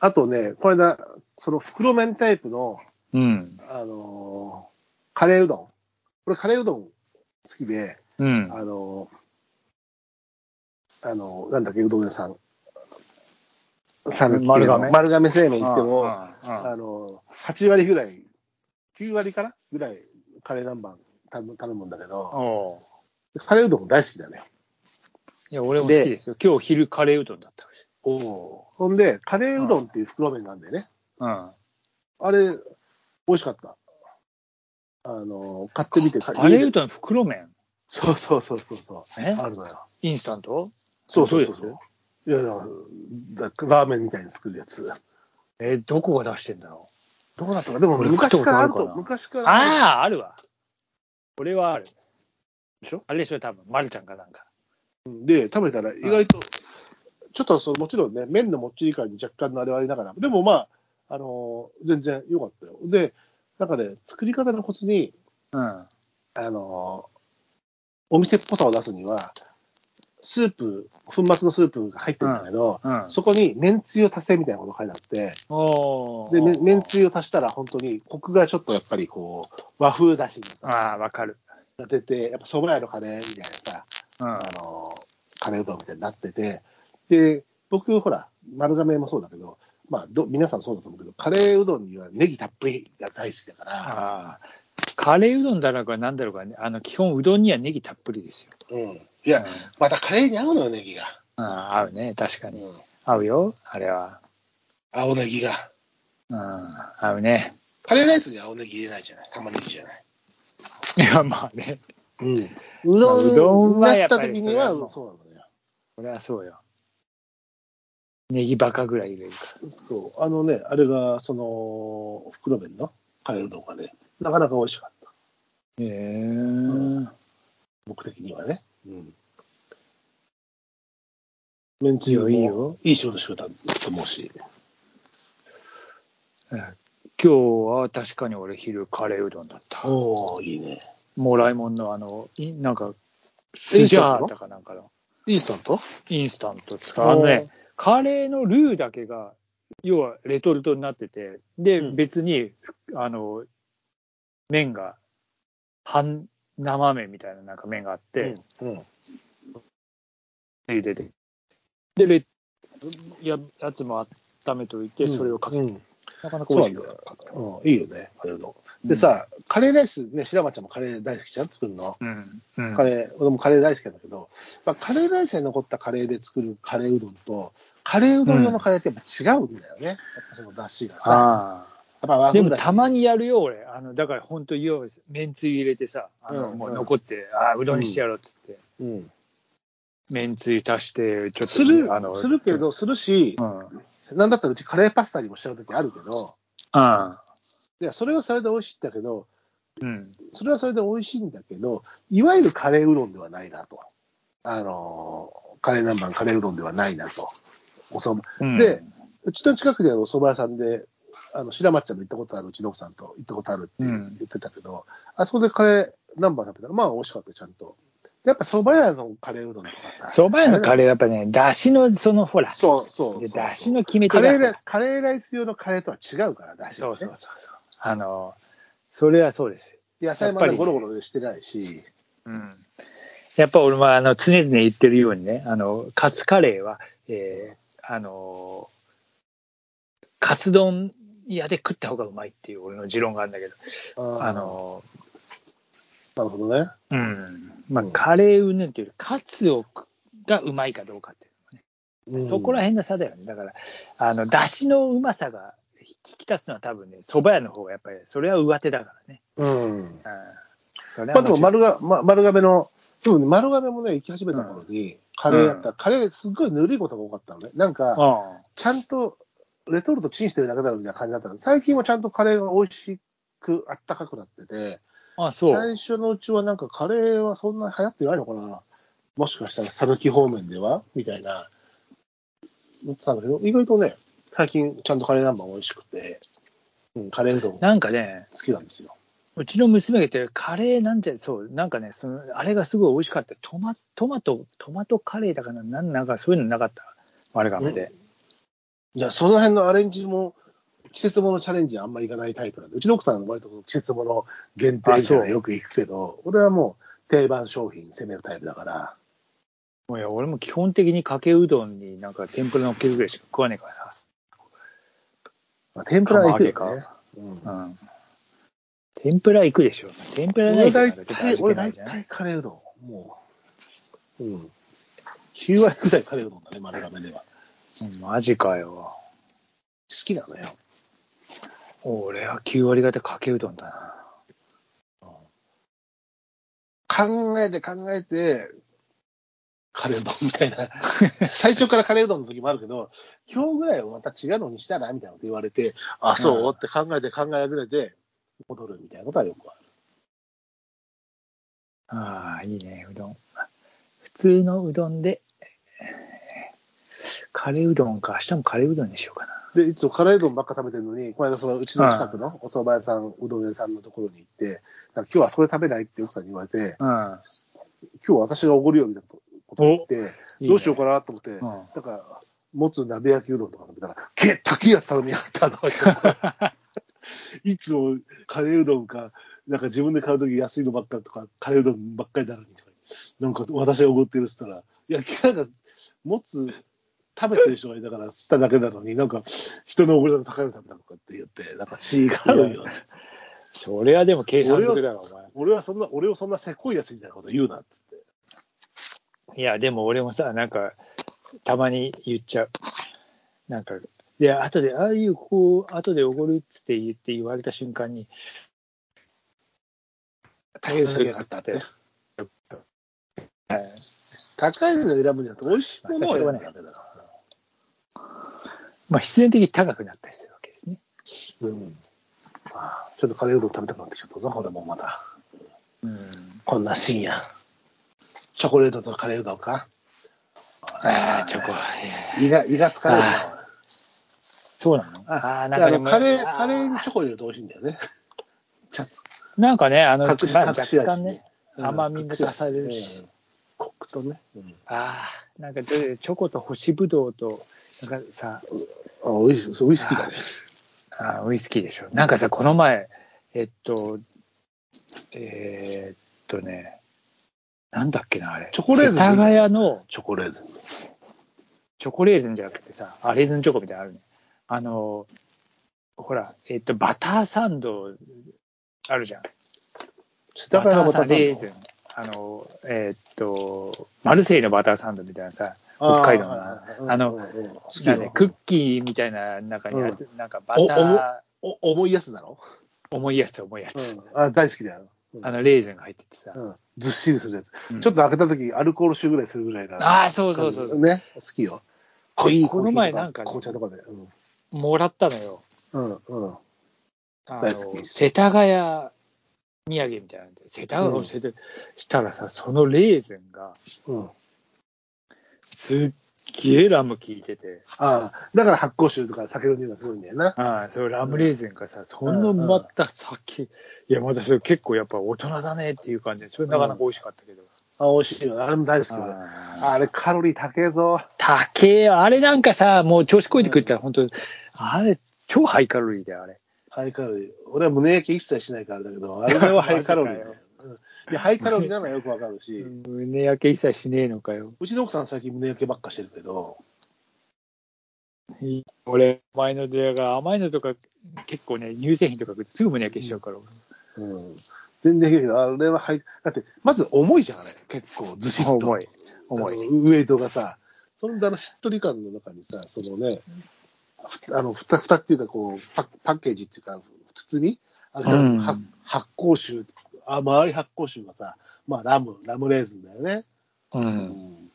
あとね、これだ、その袋麺タイプの、うん。あのーカレーうどん。これカレーうどん好きで、うん。あのーあのーなんだっけ、うどん屋さん。讃岐系の丸亀丸亀製麺行っても、あうんうんのー、8割ぐらい、9割かなぐらいカレー南蛮頼む頼むんだけど、おうカレーうどんも大好きだね。いや、俺も好きですよ。今日昼カレーうどんだったし。おおー。ほんで、カレーうどんっていう袋麺なんだよね。うん。あれ、美味しかった。あのー、買ってみて、カカレーうどん袋麺そうそうそうそうそう。えあるのよ。インスタントそうそうそうどいやそう。いやいや、だラーメンみたいに作るやつ。つえ、どこが出してんだろどうだったか、でも俺昔からある食ったと、ことあるかな昔かう。らあるああ、あるわ。これはある。でしょあれでしょ、多分まるちゃんかなんか。で、食べたら意外と、ちょっとそのもちろんね、麺のもっちり感に若干のあれはありながら、でもまあ、あのー全然良かったよ。で、なんかね、作り方のコツに、うん。あのーお店っぽさを出すには、スープ、粉末のスープが入ってるんだけど、うん。そこに麺つゆを足せみたいなこと書いてあって、おで、めめんゆ。つゆを足したら、本当に、コクがちょっとやっぱりこう、和風だしにさ、ああ、わかる。が出て、やっぱ蕎麦屋のカレーみたいなさ、うんあ。のー、カレーうどんみたいになってて、で、僕、ほら、丸亀もそうだけど、まあど、皆さんそうだと思うけど、カレーうどんにはネギたっぷりが大好きだから、ああ。カレーうどんだろうかなんだろうかね。あの、基本うどんにはネギたっぷりですよ。うん。いや、またカレーに合うのよ、ネギが。うん、うん合うね。確かうんに。。合うよ。あれは。青ネギが。うん。合うね。カレーライスに青ネギ入れないじゃない、玉ねぎじゃない。いや、まあね。うん。うまあうどどんんにはなやっっぱたり時にそれはもは、うそうなのよ。これはそうよ。ネギバカぐらい入れるかそう、あのね、あれが、その、袋麺のカレーうどんがね、なかなか美味しかった、ら。へえ僕的にはね。うん。めんつゆもいいよいいよいい仕事してくれたと思うし。今日は確かに俺昼カレーうどんだった。おおいいね。もらいもんのあの、いなんか、イスンスジタントャのータかなんかのイースタントインスタントとか、あのね、カレーのルーだけが、要はレトルトになってて、で、うん別に、あの、麺が、半生麺みたいななんか麺があって、うん。うん。入れて、で、レややつも温めといて、それをかけ、うん。なかなかそう美なん味しいよだよ。うん、いいよね、カレーうどん。で、さ、カレーライスね、白松ちゃんもカレー大好きじゃん作るの。うん、うん、カレー、俺もカレー大好きなんだけど、まあ、カレーライスに残ったカレーで作るカレーうどんと、カレーうどん用のカレーってやっぱ違うんだよね。やっぱその出汁がさ。やっあぱ和あで風もだしたまにやるよ、俺。あのだから本当、要は、めんつゆ入れてさ、あのうんもううん残って、ああ、うどんにしてやろうっつって、うん。めんつゆ足して、ちょっと、するあの、するけど、するしう、ん、うん。なんだったらうちカレーパスタにもしちゃう時あるけど、いや、それはそれで美味しいんだけど、うん、それはそれで美味しいんだけど、いわゆるカレーうどんではないなと。あのーカレー南蛮、カレーうどんではないなと。おそばうんで、うちの近くにあるお蕎麦屋さんで、あの白松ちゃんの行ったことあるうちの奥さんと行ったことあるってうん言ってたけど、あそこでカレー南蛮食べたら、まあ美味しかったよ、ちゃんと。やっぱ蕎麦屋のカレーうどんとかさ。そば屋のカレーはやっぱね、だしの、そのほら、そうそうそう。だしの決め手カレーがラ、カレーライス用のカレーとは違うから、だし、ね。そうそうそうそう、あの、それはそうです。野菜まやっぱだりゴロゴロしてないし、うんやっぱ俺もあの常々言ってるようにね、あのカツカレーは、えーあのーカツ丼屋で食った方がうまいっていう俺の持論があるんだけど、あーあのなるほどね。ーうんまあ、うんカレーうんぬんというより、カツを食がうまいかどうかっていう、うんそこら辺の差だよね、だから、あのだしのうまさが引き立つのは、多分ね、蕎麦屋の方がやっぱり、それは上手だからね。うん。うんそれまあはでももちろん丸が、ま、丸亀の、でもね、丸亀もね、行き始めた頃に、カレーやったら、カレーすっごいぬるいことが多かったのね。なんか、うんちゃんとレトルトチンしてるだけだろみたいな感じだったの最近はちゃんとカレーが美味しく、あったかくなってて、あそう最初のうちはなんかカレーはそんな流行ってないのかなもしかしたら讃岐方面ではみたいな、思ってたんだけど、意外とね、最近ちゃんとカレー南蛮美味しくて、うん、カレーうどん好なんかね、きなんですよ。うちの娘が言ってるカレーなんじゃ、そう、なんかね、そのあれがすごい美味しかった。トマトマト、トマトカレーだかな、なんなんかそういうのなかった。あれがで。いや、その辺のアレンジも、季節ものチャレンジあんまりいかないタイプなんで、うちの奥さんは割と季節もの限定みたいなのよく行くけど、俺はもう定番商品攻めるタイプだから、もういや、俺も基本的にかけうどんになんか天ぷらのっけるぐらいしか食わねえからさ。まあ、天ぷらは行くよ釜揚げね。うんうん。天ぷら行くでしょ。天ぷらな俺いから大ちょっと味体、気俺ない大じゃん。体カレーうどん。もう、うん。9割ぐらいカレーうどんだね、丸亀では。好うんマジかよ。きなのよ。俺は9割方かけうどんだな。考えて考えて、カレーうどんみたい な。最初からカレーうどんの時もあるけど、今日ぐらいはまた違うのにしたらみたいなこと言われて、あ、そう、うんって考えて考えぐれて、戻るみたいなことはよくある。ああ、いいね、うどん。普通のうどんで、カレーうどんか。明日もカレーうどんにしようかな。で、いつもカレーうどんばっか食べてるのに、この間そのうちの近くのお蕎麦屋さん、うどん屋さんのところに行って、なんか今日はそれ食べないって奥さんに言われて、うん今日私がおごるよみたいなこと言って、いいね。どうしようかなと思って、うなんんか、もつ鍋焼きうどんとか食べたら、けっ、高いやつ頼みやがった とか言って、いつもカレーうどんか、なんか自分で買うとき安いのばっかとか、カレーうどんばっかりなのにとか、なんか私がおごってるっつったら、いや、なんか、もつ食べてる人がいたから、しただけなのに、なんか、人のおごりの高いの食べたとかって言って、なんか違うよ。それはでも計算づくだろ、お前。俺はそんな、俺をそんなせこいやつみたいなこと言うなっつって。いや、でも俺もさ、なんか、たまに言っちゃう。なんか、で、後で、ああいう、こう、後でおごるっつって言って言われた瞬間に、高いの選びやがったって。はい高いの選ぶんじゃなくて、美味しいものを選ぶだけだから。まあ、必然的に高くなったりするわけですね。うん。あーちょっとカレーうどん食べたくなってきちゃったぞ、これもまた。うん。こんな深夜。チョコレートとカレーうどんか。ああ、チョコ。いや胃が、胃が疲れるな。そうなのああああ、ー、ななんんかかカレでもー、あカレーにチョコ入れると美味しいんだよね。ちゃつなんかね、あの、まあ隠し、若隠し味干ねね、甘みが足されるし。うんコクとね。うんああ、なんかどれ、チョコと干しぶどうと、なんかさ、あ、美味しい。そうウイスキーだね。あーウイスキーでしょ。なんかさ、この前、えっと、えーっとね、なんだっけな、あれ。チョコレーズン世田谷のチョコレート。チョコレーズンじゃなくてさ、あ、レーズンチョコみたいなのあるね。あの、ほら、えっと、バターサンドあるじゃん。世田谷のババタターサンドレーーズン。あの、えっと、マルセイユのバターサンドみたいなさ、北海道のなあの、ーうんうん好きなんよかね、クッキーみたいな中にある、なんかバター、お重いやつだろ重いやつ、重いやつ。うんあ、大好きだよ。うんあの、レーズンが入っててさ。うんずっしりするやつ。うんちょっと開けた時アルコール臭ぐらいするぐらいな。ああ、そうそうそうそう。ね、好きよ。濃いこの前なんかね紅茶とかで。うん。もらったのよ。うん。うん。あ大好のき世田谷土産みたいなんで、世田谷うのん世田したらさ、そのレーズンがうん、あすっげえラム効いてて、あ、だから発酵臭とか酒の匂いがすごいんだよな。ああ、そのラムレーズンがさ、そのまた先、いや、またそれ結構やっぱ大人だねっていう感じで、それなかなか美味しかったけど。あ美味しいよ。あれも大好きよ。あああれカロリー高えぞ。高えよ。あれなんかさ、もう調子こいて食ったら本当、あれ超ハイカロリーだよ、あれ。ハイカロリー。俺は胸焼け一切しないからだけど、あれはハイカロリ ーだよ。うんでハイカロリーなのはよくわかるし、う胸焼け一切しねえのかよ。ちの奥さん最近胸焼けばっかしてるけど、俺、前の出会いが甘いのとか、結構ね、乳製品とか食うとすぐ胸焼けしちゃうから。うん、全然平気だ。あれはハイ、だって、まず重いじゃん、あれ。結構、ずしっと。 重い。重い。あのウエイトがさ、そのあのしっとり感の中にさ、そのね、ふあのふたふたっていうかこうパ、パッケージっていうか、筒に、あのうんは発酵臭、甘い発酵臭がさ、まあラム、ラムレーズンだよね。う。うん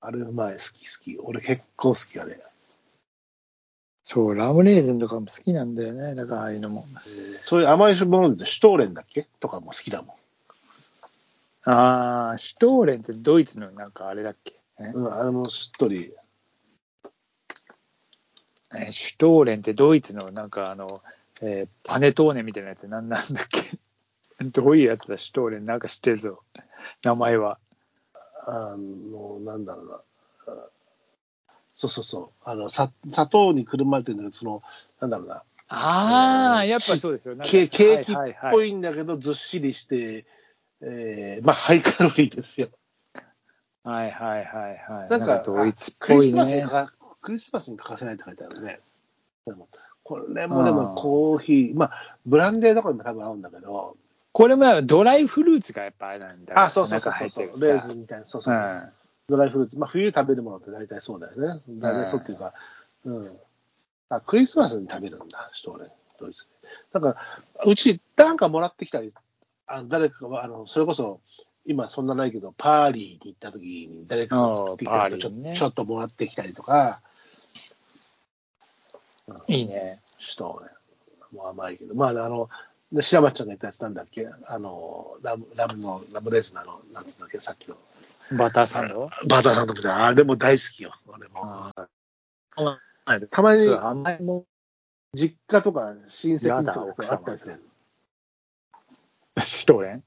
あれうまい、好き好き。俺結構好きだね。そう、ラムレーズンとかも好きなんだよね。だから、ああいうのも。そういう甘いもので、シュトーレンだっけとかも好きだもん。ああ、シュトーレンってドイツのなんかあれだっけ、えうん、あのしっとり。えシュトーレンってドイツのなんかあの、えーパネトーネみたいなやつなんなんだっけ どういうやつだ、シュトーレン。なんか知ってるぞ。名前は。あの、なんだろうな。そうそうそう。あの、さ砂糖にくるまれてるんだけど、その、なんだろうな、うああ、んやっぱそうですよ。なんかケケーキっはいはいぽはいいんだけど、ずっしりして、えー、まあ、ハイカロリーですよ。はいはいはいはない。なんんかかドイツっクぽリいスマスにね欠。かクリスマスに欠かせないって書いてあるね。でもこれもであもーコーヒー、まあ、ブランデーとかにも多分合うんだけど、これもなんかドライフルーツがやっぱあれなんだあ、そうそうそ中うそ入うってるレーさズンみたいな、そううそう、ん。ドライフルーツ。まあ、冬食べるものって大体そうだよね。大体そうっていうか、うん。あ、クリスマスに食べるんだ、ちょっと俺、ドイツで。だから、うちなんかもらってきたり、あ誰かが、あの、それこそ、今そんなないけど、パーリーに行った時に誰かが作ってきたやつをちょ,、あーパーリーねちょっともらってきたりとか、いいね。ちょっとね、もう甘いけど、まあ、あの、で白松ちゃんが言ったやつなんだっけ、あの、ラム、ラムの、ラムレーズンのあの、なんつうんだっけ、さっきの、バターサンドバターさんとみたいな、あれも大好きよ、俺も。あーたまにそう甘いもん実家とか親戚にとか奥様あったりする。シュトーレン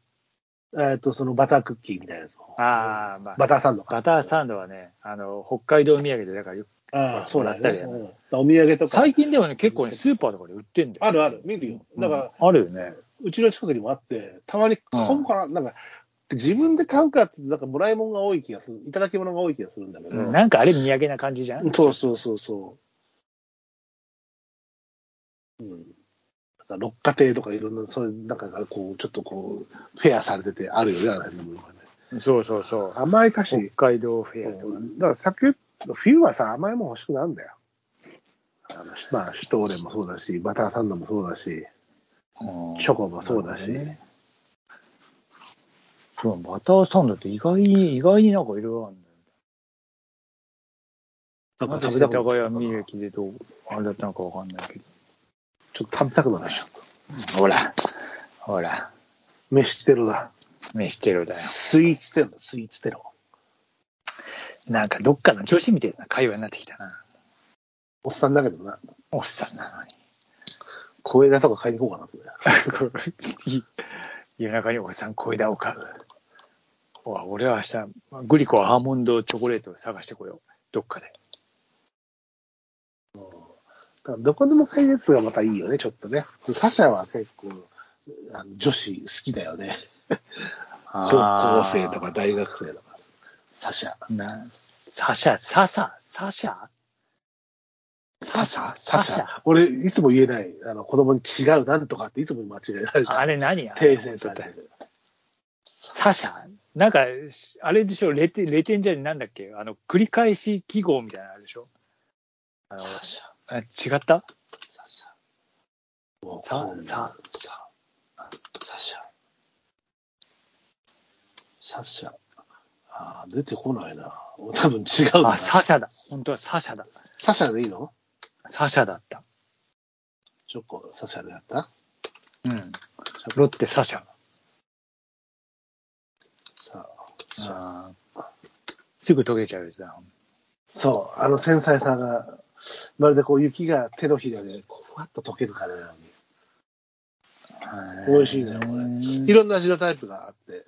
えっと、そのバタークッキーみたいなやつも。ああ、まあ、バターサンドか。バターサンドはね、あの、北海道土産で、だからよく、ああ、そうだよね。バターうんお土産とか。最近ではね、結構ね、スーパーとかで売ってんだよ。あるある、見るよ。だから、うんあるよね。うちの近くにもあって、たまに買おうかな、なんか、自分で買うかって言うと、なんかもらい物が多い気がする、いただき物が多い気がするんだけど。うんなんかあれ、土産な感じじゃんそうそうそうそう。うん。なんか六花亭とかいろんな、そういう、なんかがこう、ちょっとこう、フェアされててあるよね、あらへんのものがね。そうそうそう。甘い菓子、北海道フうェアとかね。んだから酒、冬はさ、甘いもん欲しくなるんだよ。あのまあ、シュトーレンもそうだし、バターサンドもそうだし、チョコもそうだし。なるほどねそう、バターサンドって意外に、意外になんかいろいろあるんだよ。なんなかんで食世べた田くなっちゃっ谷たみなゆきでどう、あれだったのかわかんないけちょっと食べたくなっちゃった。ど。ほら、ほら、飯テロだ。飯テロだよ。スイーツテロだ、スイーツテロ。なんかどっかの女子みたいな会話になってきたな。おっさんだけどな、おっさんなのに。小枝とか買いに行こうかなと思って。こう 夜中におっさん小枝を買う。おい俺は明日、グリコアーモンドチョコレートを探してこよう。どっかで。だからどこでも買えるやつがまたいいよね、ちょっとね。サシャは結構、あの女子好きだよね。高あー校生とか。大学生とか。サシャ。なサシャ、ササ、サシャサシャササシシャャ俺、いつも言えない。あの子供に違う、なんとかっていつも間違えられあた。れ何や訂正されてる。サシャなんか、あれでしょ、レテレテンじゃねえなんだっけあの、繰り返し記号みたいなのあるでしょあのサシあ違っャ。たもうサこんなサササシャ。サシャ。あー出てこないな。多分違うな。あ、サシャだ。本当はサシャだ。サシャでいいのサシャだった。チョコ、サシャでやったうん。ロッテ、サシャ。さああーすぐ溶けちゃうやつだ。そう、あの繊細さが、まるでこう雪が手のひらでこうふわっと溶けるかのよう美味しいねこに。いろんな味のタイプがあって。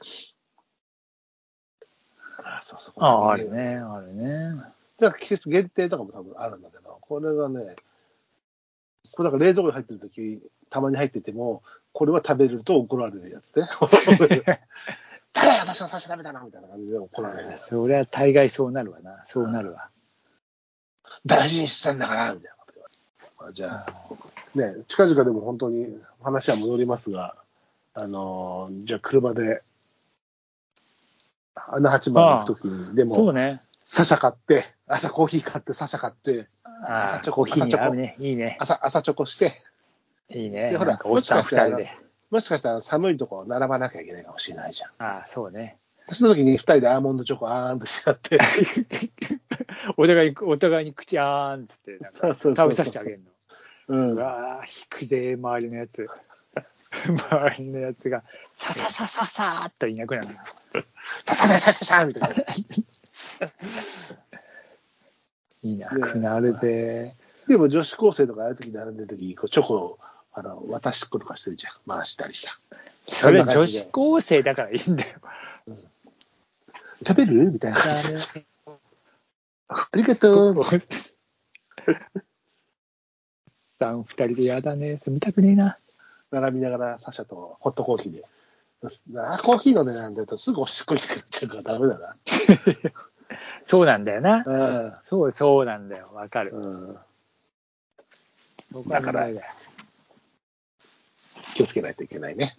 あそうそう。ああ、ある。ね、あるね。だから季節限定とかも多分あるんだけど、これがね、これだから冷蔵庫に入ってるとき、たまに入ってても、これは食べると怒られるや つね。誰や私の差し 食べたなみたいな感じで怒られるやつ。そりゃ大概そうなるわな。そうなるわ。大事にしたんだからみたいなこと言われてまあじゃあ、ね、近々でも本当に話は戻りますが、あのーじゃあ車で、穴八番行くときに、でそも、うね。サシャ買って、朝コーヒー買って、サシャ買って、あ朝チあ、ョココーヒーに朝合チョコうね。いいね。朝、朝チョコして、いいね。でほらなんかおっさんもしかしたら二人で。もしかしたら寒いとこ並ばなきゃいけないかもしれないじゃん。ああ、そうね。その時に二人でアーモンドチョコあーんとしちゃって、 お互い、お互いに口あーんっつって、なんそうかそうそう食べさせてあげるの。うんうわー、引くぜ、周りのやつ。 周りのやつが、さささささーっといなくなる。サシャサシャサシャみたいな。いなくなるぜ。でも女子高生とかああいう時並んでる時にこうチョコをあの渡しっことかしてるじゃん。回したりした。それんな感女じで子高生だからいいんだよ。 食べるみたいな感じで。ありがとう。さん、二人でやだね。それ見たくねえな。並びながら、サシャとホットコーヒーで。あコーヒーの値段だとすぐおしっこにくなっちゃうからダメだな。そうなんだよな。うんそう、そうなんだよ。わかる。うん、僕だはから考えだよ気をつけないといけないね。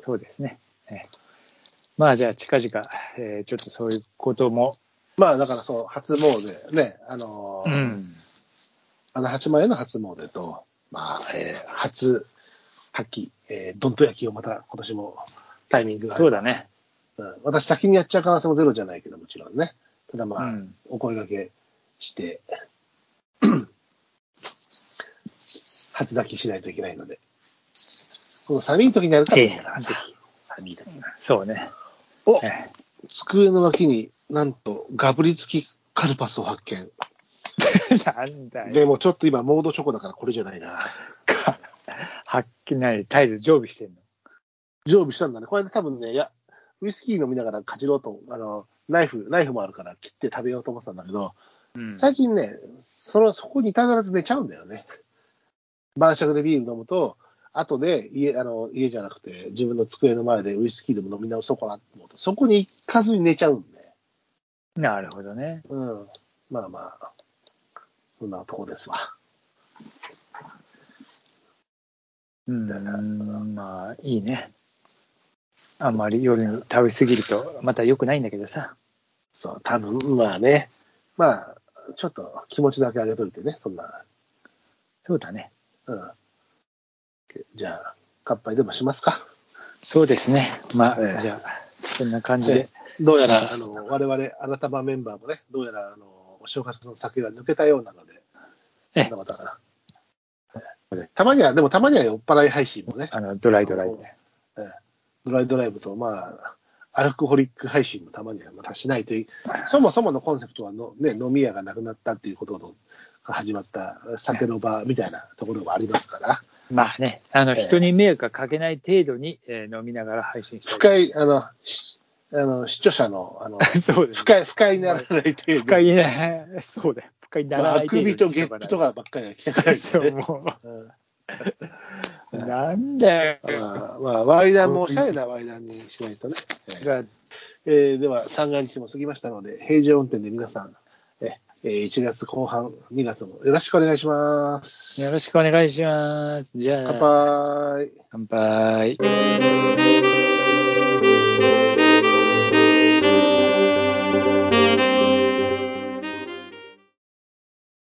そうですね。ええまあ、じゃあ、近々、えーちょっとそういうことも。まあだからそう、初詣ね、あのーん。あの八万円の初詣と、まあ、えー初発揮、えー、どんと焼きをまた今年もタイミングがあるそうだね。うん、私先にやっちゃう可能性もゼロじゃないけど、もちろんね。ただまあ、うんお声掛けして、 初抱きしないといけないので。この寒い時にやるからいいんだからさ、寒い時に。そ うね。おええ机の脇になんとガブリ付きカルパスを発見。なんだでよ。もちょっと今、モードチョコだからこれじゃないな。はっきりない、絶えず常備してんの。常備したんだね。これで多分ね、いや、ウイスキー飲みながらかじろうと、あの、ナイフ、ナイフもあるから切って食べようと思ってたんだけど、うん。最近ね、その、そこに至らず寝ちゃうんだよね。 晩酌でビール飲むと、後で家、あの、家じゃなくて、自分の机の前でウイスキーでも飲み直そうかなって思うと、そこに行かずに寝ちゃうんで。なるほどね。うん。まあまあ、そんなとこですわ。うんだからまあいいね。あんまり夜に食べ過ぎるとまた良くないんだけどさ。そう、多分、まあね。まあ、ちょっと気持ちだけ上げといてね、そんな。そうだね。うん。じゃあ、乾杯でもしますか。そうですね。まあ、ええじゃあそんな感じで。どうやら、あの、我々、あなたばメンバーもね、どうやら、あの、お正月の酒が抜けたようなので、ええまだまだかなええたまには、でもたまには酔っ払い配信もね、あのドライドライで。ドライドライブと、まあ、アルコホリック配信もたまにはまたしないという、そもそものコンセプトはの、ね、飲み屋がなくなったっていうことのが始まった酒の場みたいなところもありますから、まあね、あのええ人に迷惑がかけない程度に、えー飲みながら配信して不快、あの、しあの視聴者の、 あの、い。そうです、不快、不快にならない程不度。快ね。そうだよ。不快にならなあいく程度びにとゲップとかばっかりが来たから、ね。 そう、もうんう、 なんだよ。まあ、まあ、ワイダンもおしゃれなワイダンにしないとね。えーがえーでは、三が日も過ぎましたので、平常運転で皆さん、えーえー1月後半、2月もよろしくお願いします。よろしくお願いします。じゃあ、乾杯。乾杯。